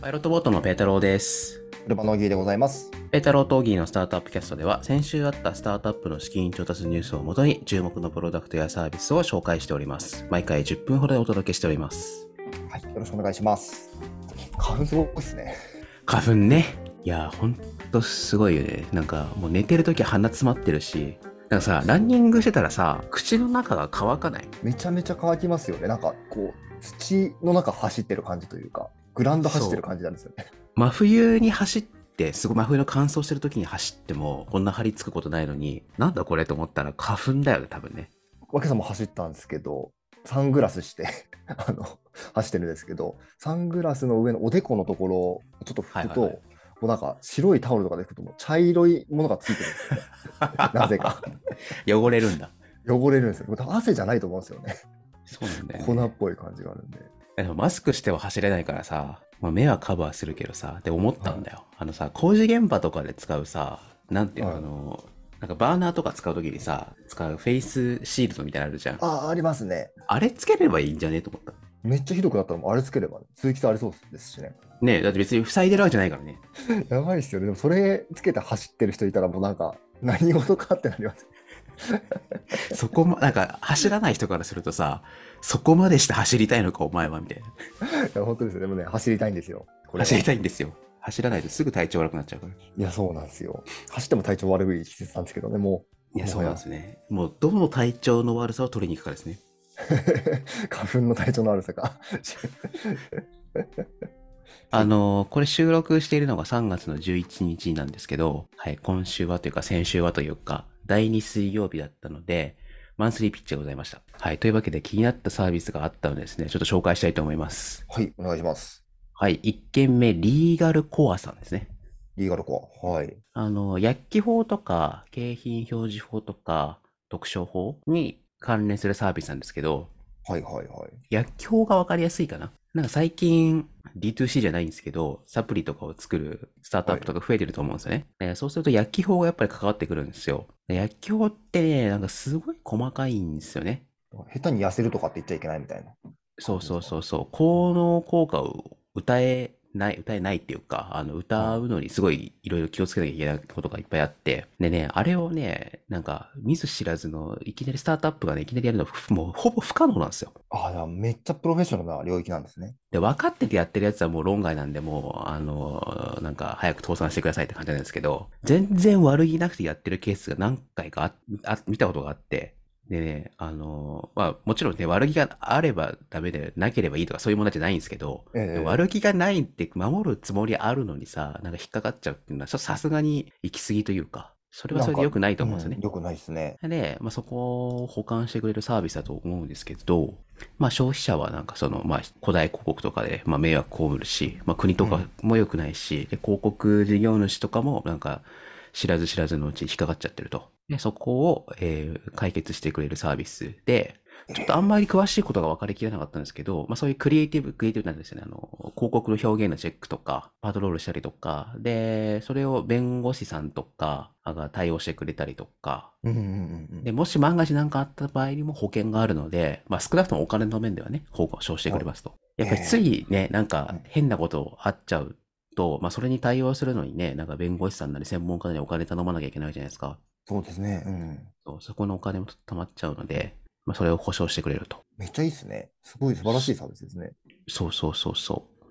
パイロットボートのペータローです。ルパノギーでございます。ペータローとオギーのスタートアップキャストでは、先週あったスタートアップの資金調達ニュースをもとに、注目のプロダクトやサービスを紹介しております。毎回10分ほどでお届けしております。はい、よろしくお願いします。花粉すごいですね。花粉ね。いやー、ほんとすごいよね。なんか、もう寝てる時鼻詰まってるし、なんかさ、ランニングしてたらさ、口の中が乾かない。めちゃめちゃ乾きますよね。なんかこう土の中走ってる感じというか、グラウンド走ってる感じなんですよね。真冬に走って、すごい真冬の乾燥してる時に走っても、こんな張り付くことないのに、なんだこれと思ったら花粉だよね、多分ね。わけさんも走ったんですけど、サングラスして あの走ってるんですけど、サングラスの上のおでこのところをちょっと拭くと、はいはいはいこうなんか白いタオルとかで拭くともう茶色いものがついてるんですよ ね。なぜか汚れるんだ。汚れるんですよ。これ多分汗じゃないと思うんですよね。そうなんだよ、粉ね。っぽい感じがあるんで。でもマスクしては走れないからさ、まあ、目はカバーするけどさ、で思ったんだよ。あのさ、工事現場とかで使うさ、なんていうの、はあいの、なんかバーナーとか使うときにさ、使うフェイスシールドみたいなのあるじゃん。あああ、ありますね。れつければいいんじゃねと思った。めっちゃひどくなったらもうあれつければ、通気性ありそうですしね。ねえ、だって別に塞いでるわけじゃないからね。やばいっすよね。でもそれつけて走ってる人いたらもうなんか何事かってなります。そこま、なんか走らない人からするとさ、そこまでして走りたいのかお前はみたいな。いや本当ですよ。でもね、走りたいんですよ。これは走りたいんですよ。走らないとすぐ体調悪くなっちゃうから。いや、そうなんですよ。走っても体調悪い季節なんですけどね、もいや、もそはうやなんですね。もう、どの体調の悪さを取りに行くかですね。う。 花粉の体調の悪さが。あのーこれ収録しているのが3月の11日なんですけど、はい、今週はというか先週はというか、第2水曜日だったので、マンスリーピッチがございました。はい、というわけで気になったサービスがあったのでですね、ちょっと紹介したいと思います。はい、お願いします。はい、1件目、リーガルコアさんですね。リーガルコア。はい。あの、薬機法とか、景品表示法とか、特商法に関連するサービスなんですけど、はいはいはい。薬機法がわかりやすいかな。なんか最近 D2C じゃないんですけど、サプリとかを作るスタートアップとか増えてると思うんですよね。えーそうすると薬機法がやっぱり関わってくるんですよ。で薬機法ってね、なんかすごい細かいんですよね。下手に痩せるとかって言っちゃいけないみたいな。そうそうそうそう。効能効果を歌えない、歌えないっていうか、あの、歌うのにすごいいろいろ気をつけなきゃいけないことがいっぱいあって。でね、あれをね、なんか見ず知らずの、いきなりスタートアップがね、いきなりやるのは、もうほぼ不可能なんですよ。ああ、じゃあめっちゃプロフェッショナルな領域なんですね。で、分かっててやってるやつはもう論外なんで、もう、あの、なんか、早く倒産してくださいって感じなんですけど、全然悪気なくてやってるケースが何回かあ、あ見たことがあって、でね、あの、まあ、もちろんね、悪気があればダメで、なければいいとかそういうものじゃないんですけど、ええ悪気がないって守るつもりあるのにさ、なんか引っかかっちゃうっていうのは、ちょっとさすがに行き過ぎというか、それはそれで良くないと思うんですよね。よくないですね。で、まあ、そこを保管してくれるサービスだと思うんですけど、まあ、消費者はなんかその、まあ、古代広告とかで、まあ、迷惑被るし、まあ、国とかも良くないし、で広告事業主とかもなんか知らず知らずのうちに引っかかっちゃってると。で、そこを、えー解決してくれるサービスで、ちょっとあんまり詳しいことが分かりきらなかったんですけど、まあそういうクリエイティブ、クリエイティブなんですよね。あの、広告の表現のチェックとか、パトロールしたりとか、で、それを弁護士さんとかが対応してくれたりとか、うんうんうんうん。で、もし万が一何かあった場合にも保険があるので、まあ少なくともお金の面ではね、保護を承してくれますと。やっぱりついね、なんか変なことあっちゃうと、まあそれに対応するのにね、なんか弁護士さんなり専門家なりお金頼まなきゃいけないじゃないですか。そうですね。うん。そうそこのお金も溜まっちゃうので、まあそれを保証してくれると。めっちゃいいですね。すごい素晴らしいサービスですね。そうそうそうそう。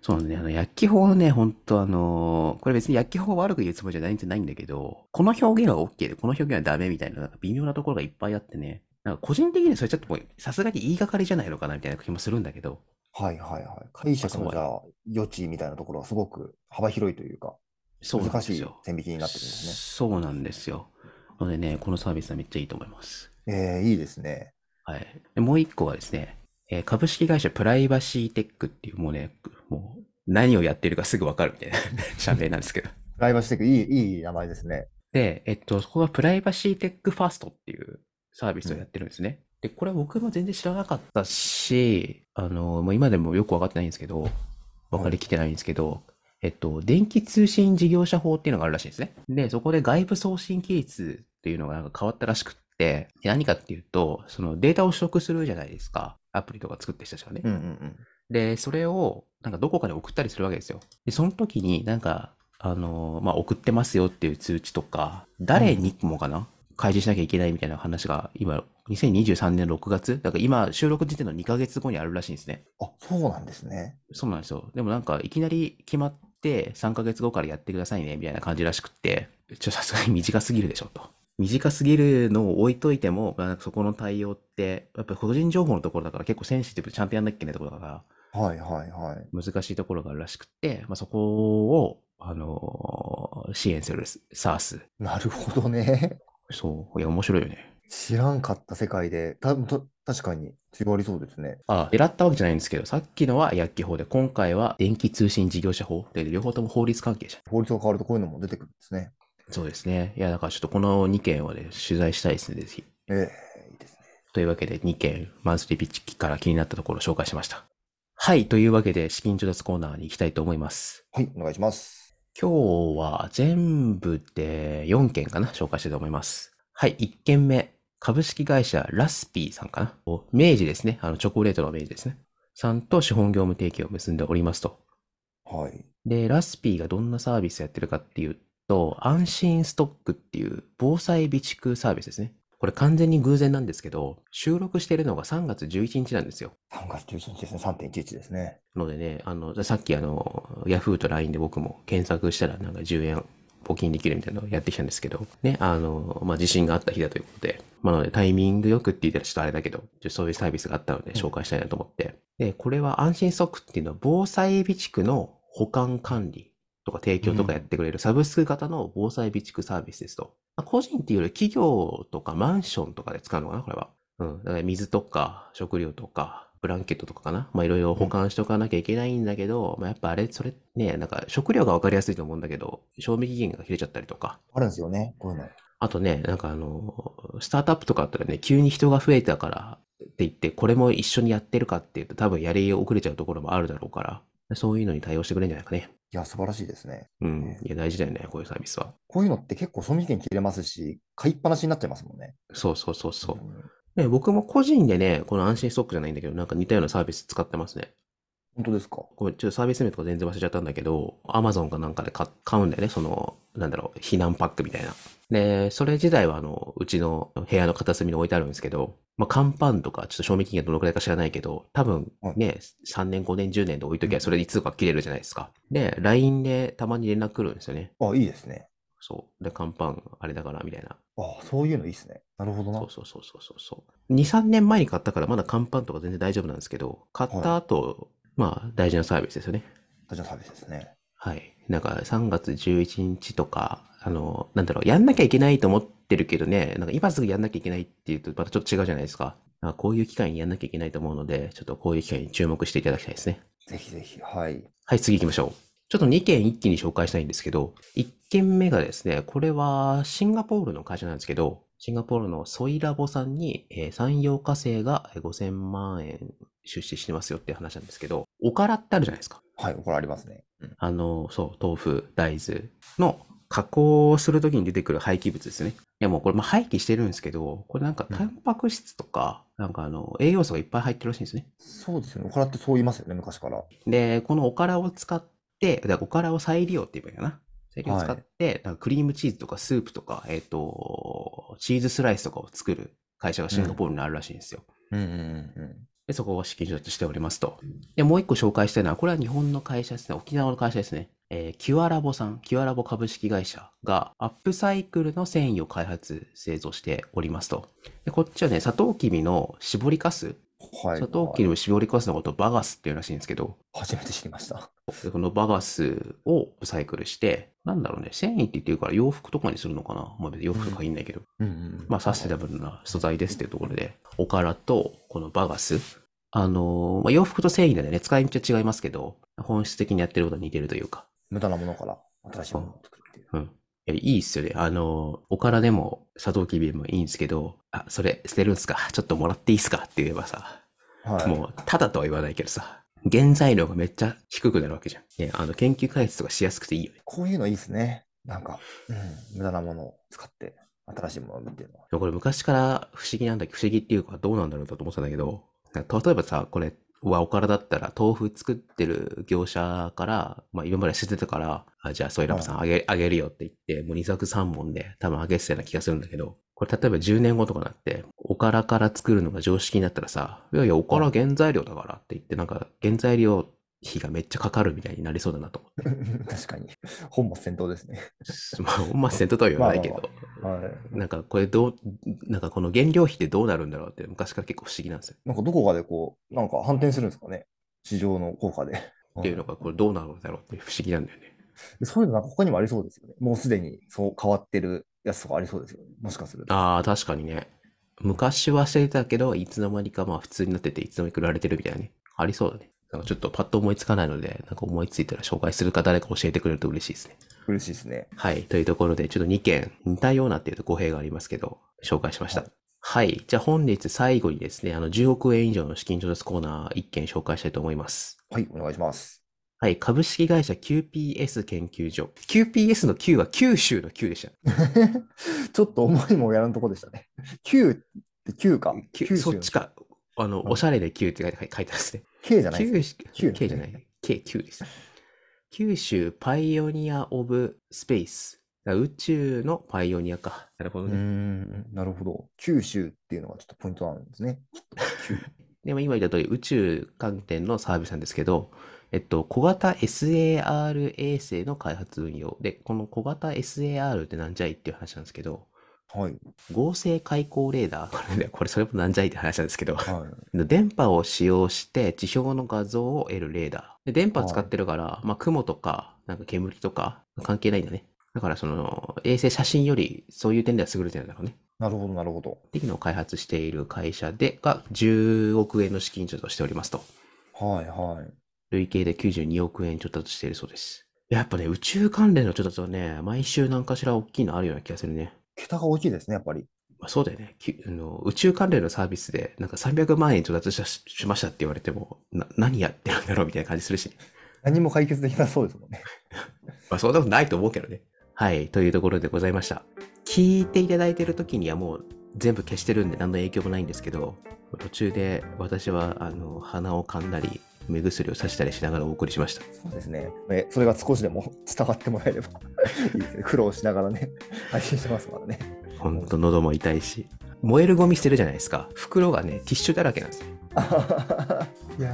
そうなんだね、あの、薬機法ね、本当あのーこれ別に薬機法を悪く言うつもりじゃないんじゃないんだけど、この表現は OK で、この表現はダメみたいな、なんか微妙なところがいっぱいあってね、なんか個人的にはそれちょっともう、さすがに言いがかりじゃないのかなみたいな気もするんだけど、はいはいはい。解釈のじゃあ余地みたいなところはすごく幅広いというか、そうなんで難すしいよ。線引きになってるんですそうなんですよ。なのでね、このサービスはめっちゃいいと思います。ね。えー、いいですね。はい。でもう一個はですね、えー株式会社プライバシーテックっていう、もうね、もう何をやってるかすぐわかるみたいな 社名なんですけど。プライバシーテック、いい、いい名前ですね。で、えっと、そこがプライバシーテックファーストっていうサービスをやってるんですね。で、これ僕も全然知らなかったし、あの、もう今でもよくわかってないんですけど、わかりきてないんですけど、えっと、電気通信事業者法っていうのがあるらしいんですね。で、そこで外部送信規律っていうのがなんか変わったらしくって、何かっていうと、そのデータを取得するじゃないですか。アプリとか作ってした人はね。うんうんで、それを、なんかどこかに送ったりするわけですよ。で、その時になんか、あのーまあ、送ってますよっていう通知とか、誰にもかな、開示しなきゃいけないみたいな話が、今、2023年6月だから今、収録時点の2ヶ月後にあるらしいんですね。あ、そうなんですね。そうなんですよ。でもなんか、いきなり決まって、3ヶ月後からやってくださいね、みたいな感じらしくって、ちょ、さすがに短すぎるでしょ、と。短すぎるのを置いといても、まあなんかそこの対応って、やっぱり個人情報のところだから結構センシティブでちゃんとやんなきゃいけないところだから、はいはいはい。難しいところがあるらしくって、まあ、そこを、あのー支援する SARS。なるほどね。そう。いや、面白いよね。知らんかった世界で、たぶん確かに違りそうですね。あ、狙ったわけじゃないんですけど、さっきのは薬機法で、今回は電気通信事業者法で、両方とも法律関係者。法律が変わるとこういうのも出てくるんですね。そうですね。いや、だからちょっとこの2件はね、取材したいですね、ぜひ。ええいいですね。というわけで、2件、マンスリーピッチから気になったところを紹介しました。はい。というわけで、資金調達コーナーに行きたいと思います。はい、お願いします。今日は全部で4件かな紹介したいと思います。はい、1件目。株式会社ラスピーさんかなお明治ですね。あの、チョコレートの明治ですね。さんと資本業務提携を結んでおりますと。はい。で、ラスピーがどんなサービスやってるかっていうと、安心ストックっていう防災備蓄サービスですね。これ完全に偶然なんですけど、収録してるのが3月11日なんですよ。 3月11日ですね、3.11ですね。のでね、あの、さっきあの、Yahoo と LINE で僕も検索したらなんか10円募金できるみたいなのをやってきたんですけど、ね、あの、まあ、地震があった日だということで、まあ、なのでタイミングよくって言ったらちょっとあれだけど、ちょそういうサービスがあったので紹介したいなと思って。で、これは安心ストックっていうのは防災備蓄の保管管理とか提供とかやってくれるサブスク型の防災備蓄サービスですと。まあ個人っていうより企業とかマンションとかで使うのかな、これは。うん。だから水とか食料とかブランケットとかかな。まあいろいろ保管しておかなきゃいけないんだけど、まあやっぱあれ、それね、なんか食料がわかりやすいと思うんだけど、賞味期限が切れちゃったりとか。あるんですよね、こういうの。あとね、なんかあの、スタートアップとかだったらね、急に人が増えたからって言って、これも一緒にやってるかっていうと多分やり遅れちゃうところもあるだろうから、そういうのに対応してくれるんじゃないかね。いや、素晴らしいですね。うん。いや、大事だよね、こういうサービスは。こういうのって結構賞味期限切れますし、買いっぱなしになっちゃいますもんね。そうそうそうそう。んね、僕も個人でね、この安心ストックじゃないんだけど、なんか似たようなサービス使ってますね。本当ですかこれちょっとサービス名とか全然忘れちゃったんだけど、アマゾンかなんかで買買うんだよね、その、なんだろう、避難パックみたいな。で、それ自体はあの、うちの部屋の片隅に置いてあるんですけど、まあ、乾パンとか、ちょっと賞味期限どのくらいか知らないけど、多分ね、3年、5年、10年で置いときゃそれいつか切れるじゃないですか。で、LINE でたまに連絡来るんですよね。あ、いいですね。そう。で、乾パン、あれだから、みたいな。あ、そういうのいいですね。なるほどなそう。そうそうそうそうそう。2、3年前に買ったからまだ乾パンとか全然大丈夫なんですけど、買った後、まあ大事なサービスですよね。大事なサービスですね。はい。なんか3月11日とか、あの、なんだろう、やんなきゃいけないと思ってるけどね、なんか今すぐやんなきゃいけないっていうとまたちょっと違うじゃないですか。あこういう機会にやんなきゃいけないと思うので、ちょっとこういう機会に注目していただきたいですね。ぜひぜひ。はい。はい、次行きましょう。ちょっと2件一気に紹介したいんですけど、1件目がですね、これはシンガポールの会社なんですけど、シンガポールのソイラボさんに、えー産業化成がえー5000万円出資してますよっていう話なんですけど、おからってあるじゃないですか。はい、これありますね。あの、そう、豆腐、大豆の加工するときに出てくる廃棄物ですね。いや、もうこれ、まあ、廃棄してるんですけど、これなんか、うんタンパク質とか、なんかあの、栄養素がいっぱい入ってるらしいんですね。そうですよね。おからってそう言いますよね、昔から。で、このおからを使って、だからおからを再利用って言えばいいかな。再利用を使って、なんかクリームチーズとかスープとか、えっ、と、チーズスライスとかを作る会社がシンガポールにあるらしいんですよ。うんうんうんうん。で、そこを資金調達しておりますと。で、もう一個紹介したいのは、これは日本の会社ですね。沖縄の会社ですね。えーキュアラボさん、キュアラボ株式会社がアップサイクルの繊維を開発、製造しておりますと。で、こっちはね、サトウキビの絞りかす、はい。サトウキビの絞りかすのことをバガスっていうらしいんですけど、初めて知りました。でこのバガスをサイクルして、なんだろうね、繊維って言ってるから洋服とかにするのかなまあ別に洋服とかいいんだけど、うんうんまあサステナブルな素材ですっていうところで、おからとこのバガス、あのーまあ、洋服と繊維なんでね、使い道は違いますけど、本質的にやってることは似てるというか、無駄なものから新しいものを作るっていう。うん。いやいいっすよね。あのーおからでも、サトウキビでもいいんですけど、あ、それ捨てるんすかちょっともらっていいっすかって言えばさ、はい。もう、ただとは言わないけどさ、原材料がめっちゃ低くなるわけじゃん。ね、あの、研究開発とかしやすくていいよね。こういうのいいですね。なんか、うん、無駄なものを使って新しいものを生むっていうのは。 これ昔から不思議なんだけど、不思議っていうかどうなんだろうと思ってたんだけど、なんか例えばさ、これ、はおからだったら、豆腐作ってる業者から、まあ今まで捨ててたから、あじゃあソイラブさんあげあげるよって言って、もう2作3本で多分あげてたような気がするんだけど、これ例えば10年後とかになって、おからから作るのが常識になったらさ、いやいや、おから原材料だからって言って、なんか原材料費がめっちゃかかるみたいになりそうだなと思って。確かに。本末転倒ですね。 まあ、まあ、せんととは言わないけど。はい。なんかこれどう、なんかこの原料費ってどうなるんだろうって昔から結構不思議なんですよ。なんかどこかでこう、なんか反転するんですかね。市場の効果で。 っていうのがこれどうなるんだろうって不思議なんだよね。そういうのなんか他にもありそうですよね。もうすでにそう変わってるやつとかありそうですよね。もしかすると。ああ、確かにね。昔はしてたけど、いつの間にかまあ普通になってて、いつの間にか売られてるみたいなね。ありそうだね。なんかちょっとパッと思いつかないので、なんか思いついたら紹介するか誰か教えてくれると嬉しいですね。嬉しいですね。はい。というところで、ちょっと2件、似たようなっていうと語弊がありますけど、紹介しました。ははい。じゃあ本日最後にですね、あの10億円以上の資金調達コーナー1件紹介したいと思います。はい、お願いします。 はい、株式会社 QPS 研究所。QPS の Q は九州の Q でした。ちょっと思いもやらんとこでしたね。9って9か。きゅ九州そのっちか。あの、うんおしゃれで Q って書いて書いてあるんですね。 K じゃないです九州、 Q なんだ K じゃない。K、Q でした。九州パイオニア・オブ・スペース。だから宇宙のパイオニアか。なるほどうーね。ん、なるほど。九州っていうのがちょっとポイントなんですね。でも今言った通り、宇宙観点のサービスなんですけど、えっと、小型 SAR 衛星の開発運用。で、この小型 SAR ってなんじゃいっていう話なんですけど、はい。合成開口レーダー。 これね、これそれもなんじゃいって話なんですけど。は電波を使用して地表の画像を得るレーダー。で電波使ってるから、まあ雲とか、なんか煙とか関係ないんだね。だからその衛星写真よりそういう点では優れてるんだろうね。い。なるほど、なるほど。っていうのを開発している会社で、が10億円の資金調達をしておりますと。はい、はい。累計で92億円調達しているそうです。やっぱね、宇宙関連の調達はね、毎週何かしら大きいのあるような気がするね。桁が大きいですね、やっぱり。まあ、そうだよね。きあの宇宙関連のサービスで、なんか300万円調達したししましたって言われても、な、何やってるんだろうみたいな感じするし、 何も解決できなそうですもんね。まあ、そんなことないと思うけどね。はい。というところでございました。聞いていただいてる時にはもう全部消してるんで何の影響もないんですけど、途中で私は、あの、鼻を噛んだり、目薬をさしたりしながらお送りしました。そうですね。えそれが少しでも 伝わってもらえればいいですね。苦労しながらね、配信してますからね。ほんと喉も痛いし。燃えるゴミ捨てるじゃないですか。袋がね、ティッシュだらけなんですよ。いや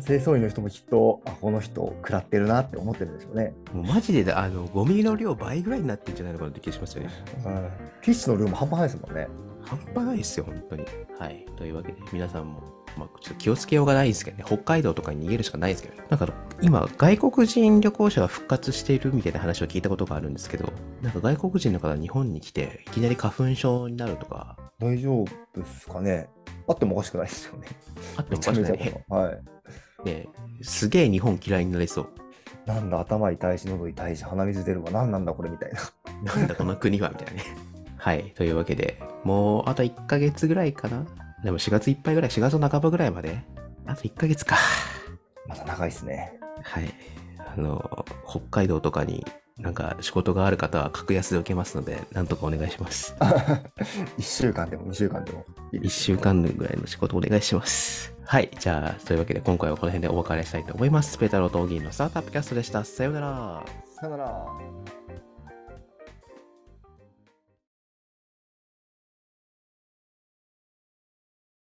ー、清掃員の人もきっと、あ、この人、食らってるなって思ってるんでしょうね。もうマジで、あの、ゴミの量倍ぐらいになってんじゃないのかなって気がしますよね。うんティッシュの量も半端ないですもんね。半端ないですよ、本当に。はい。というわけで、皆さんも、まあ、ちょっと気をつけようがないんですけどね、北海道とかに逃げるしかないですけどね。なんか、今、外国人旅行者が復活しているみたいな話を聞いたことがあるんですけど、なんか外国人の方、日本に来て、いきなり花粉症になるとか、大丈夫ですかね。あってもおかしくないですよね。あって めもおちゃかしめくなちいゃね。こと。はい。 ねすげえ日本嫌いになりそう。 なんだ、頭痛いし、喉痛いし、鼻水出るわ、なんなんだこれみたいな。 なんだこの国はみたいなね。 はい。というわけで、もうあと1ヶ月ぐらいかな。でも4月いっぱいぐらい、4月の半ばぐらいまで。あと1ヶ月か。まだ長いですね。 はい。あの、北海道とかになんか仕事がある方は格安で受けますので、なんとかお願いします。 1週間でも2週間でも。 1週間ぐらいの仕事お願いします。はい。じゃあ、というわけで今回はこの辺でお別れしたいと思います。ペータローとオギーのスタートアップキャストでした。さようなら。さよなら。